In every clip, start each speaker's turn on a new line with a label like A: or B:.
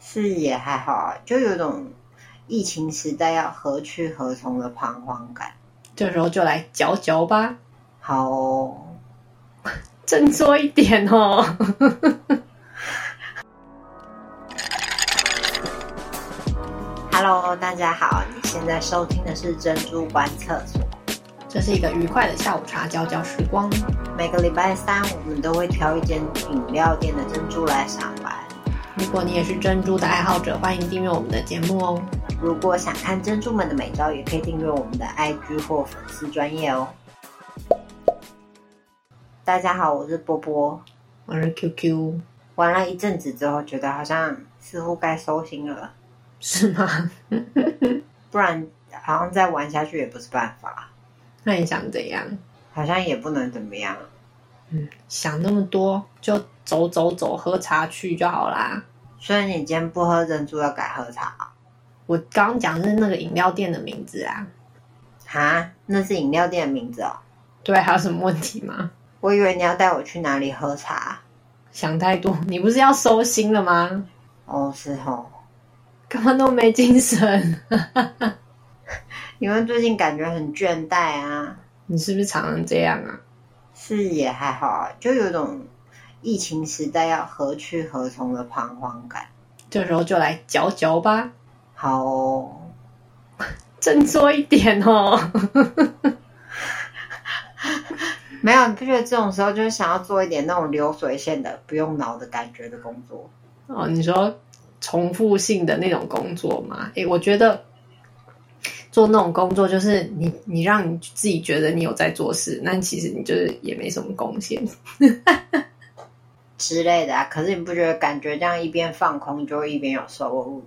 A: 是也还好啊，就有种疫情时代要何去何从的彷徨感。
B: 这时候就来嚼嚼吧，
A: 好哦，
B: 振作一点哦。
A: Hello，大家好，你现在收听的是珍珠观厕所。
B: 这是一个愉快的下午茶嚼嚼时光，
A: 每个礼拜三，我们都会挑一间饮料店的珍珠来赏玩。
B: 如果你也是珍珠的爱好者，欢迎订阅我们的节目哦。
A: 如果想看珍珠们的美照，也可以订阅我们的 IG 或粉丝专业哦。大家好，我是波波。
B: 我是 QQ，
A: 玩了一阵子之后，觉得好像似乎该收心了，
B: 是吗？
A: 不然好像再玩下去也不是办法，
B: 那你想怎样？
A: 好像也不能怎么样。
B: 想那么多，就走走走，喝茶去就好啦。
A: 所以你今天不喝珍珠，要改喝茶啊
B: 我刚刚讲的是那个饮料店的名字啊，
A: 哈？那是饮料店的名字哦。
B: 对，还有什么问题吗？
A: 我以为你要带我去哪里喝茶。啊
B: 想太多，你不是要收心了吗？
A: 哦，是哦。
B: 干嘛那么没精神？
A: 因为最近感觉很倦怠啊。
B: 你是不是常常这样啊？
A: 是也还好啊，就有种疫情时代要何去何从的彷徨感。
B: 这时候就来嚼嚼吧，
A: 好哦，
B: 振作一点哦。
A: 没有，你不觉得这种时候就是想要做一点那种流水线的、不用脑的感觉的工作？
B: 哦，你说重复性的那种工作吗？诶，我觉得做那种工作就是你，你让你自己觉得你有在做事，那其实你就是也没什么贡献。
A: 之类的啊，可是你不觉得感觉这样一边放空，就会一边有收入？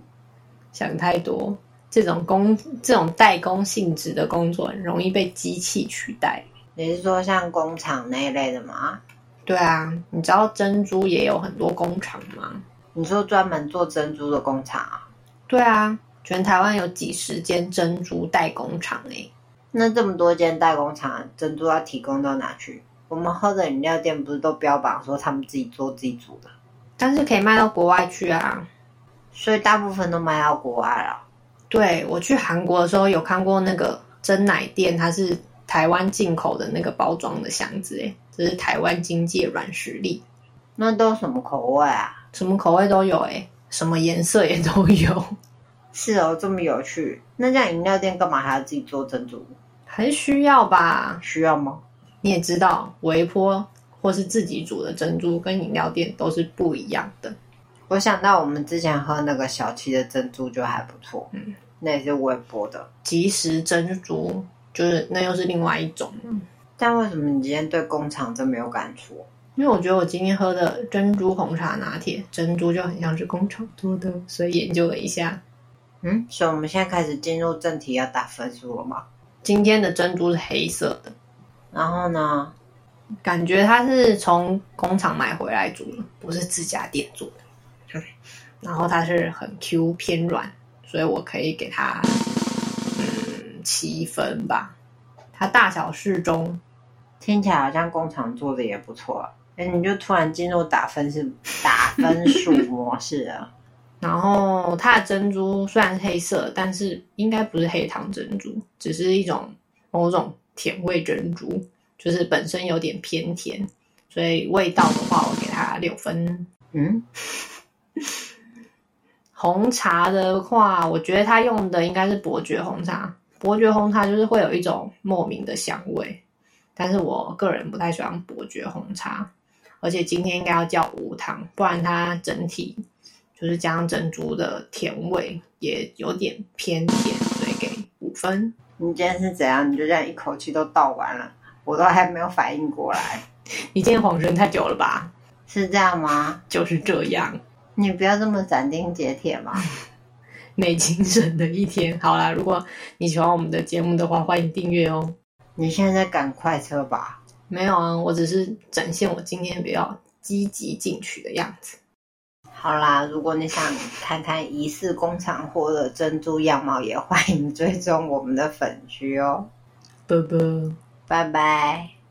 B: 想太多，这种工这种代工性质的工作很容易被机器取代。
A: 你是说像工厂那一类的吗？
B: 对啊，你知道珍珠也有很多工厂吗？
A: 你说专门做珍珠的工厂啊？
B: 对啊，全台湾有几十间珍珠代工厂诶、
A: 那这么多间代工厂，珍珠要提供到哪去？我们喝的饮料店不是都标榜说他们自己做自己煮的，
B: 但是可以卖到国外去啊。
A: 所以大部分都卖到国外了。
B: 对我去韩国的时候有看过那个真奶店，它是台湾进口的那个包装的箱子，哎，这是台湾经济软实力，
A: 那都什么口味啊？
B: 什么口味都有，哎，什么颜色也都有，
A: 是哦，这么有趣。那这样饮料店干嘛还要自己做珍珠？
B: 还需要吧？
A: 需要吗？
B: 你也知道，微波或是自己煮的珍珠跟饮料店都是不一样的，
A: 我想到我们之前喝那个小七的珍珠就还不错，嗯，那也是微波的。
B: 即食珍珠就是那又是另外一种了。
A: 但为什么你今天对工厂这么有感触？
B: 因为我觉得我今天喝的珍珠红茶拿铁，珍珠就很像是工厂做的，所以研究了一下，
A: 嗯，所以我们现在开始进入正题，要打分数了吗？
B: 今天的珍珠是黑色的，
A: 然后呢？
B: 感觉它是从工厂买回来煮的，不是自家店做的。对，然后它是很 Q 偏软，所以我可以给它嗯七分吧。它大小适中，
A: 听起来好像工厂做的也不错啊。哎，你就突然进入打分是打分数模式了。
B: 然后它的珍珠虽然是黑色，但是应该不是黑糖珍珠，只是一种某种甜味珍珠，就是本身有点偏甜，所以味道的话，我给它六分。
A: 嗯，
B: 红茶的话，我觉得它用的应该是伯爵红茶。伯爵红茶就是会有一种莫名的香味，但是我个人不太喜欢伯爵红茶，而且今天应该要叫无糖，不然它整体就是加上珍珠的甜味也有点偏甜，所以给五分。
A: 你今天是怎样？你就这样一口气都倒完了，我都还没有反应过来，
B: 你今天恍神太久了吧？
A: 是这样吗？
B: 就是这样，
A: 你不要这么斩钉截铁嘛。
B: 没精神的一天。好啦，如果你喜欢我们的节目的话，欢迎订阅哦。
A: 你现在赶快车吧。
B: 没有啊，我只是展现我今天比较积极进取的样子。
A: 好啦，如果你想看看疑似工厂货的珍珠样貌，也欢迎追踪我们的粉区哦。
B: 啵啵。
A: 拜拜。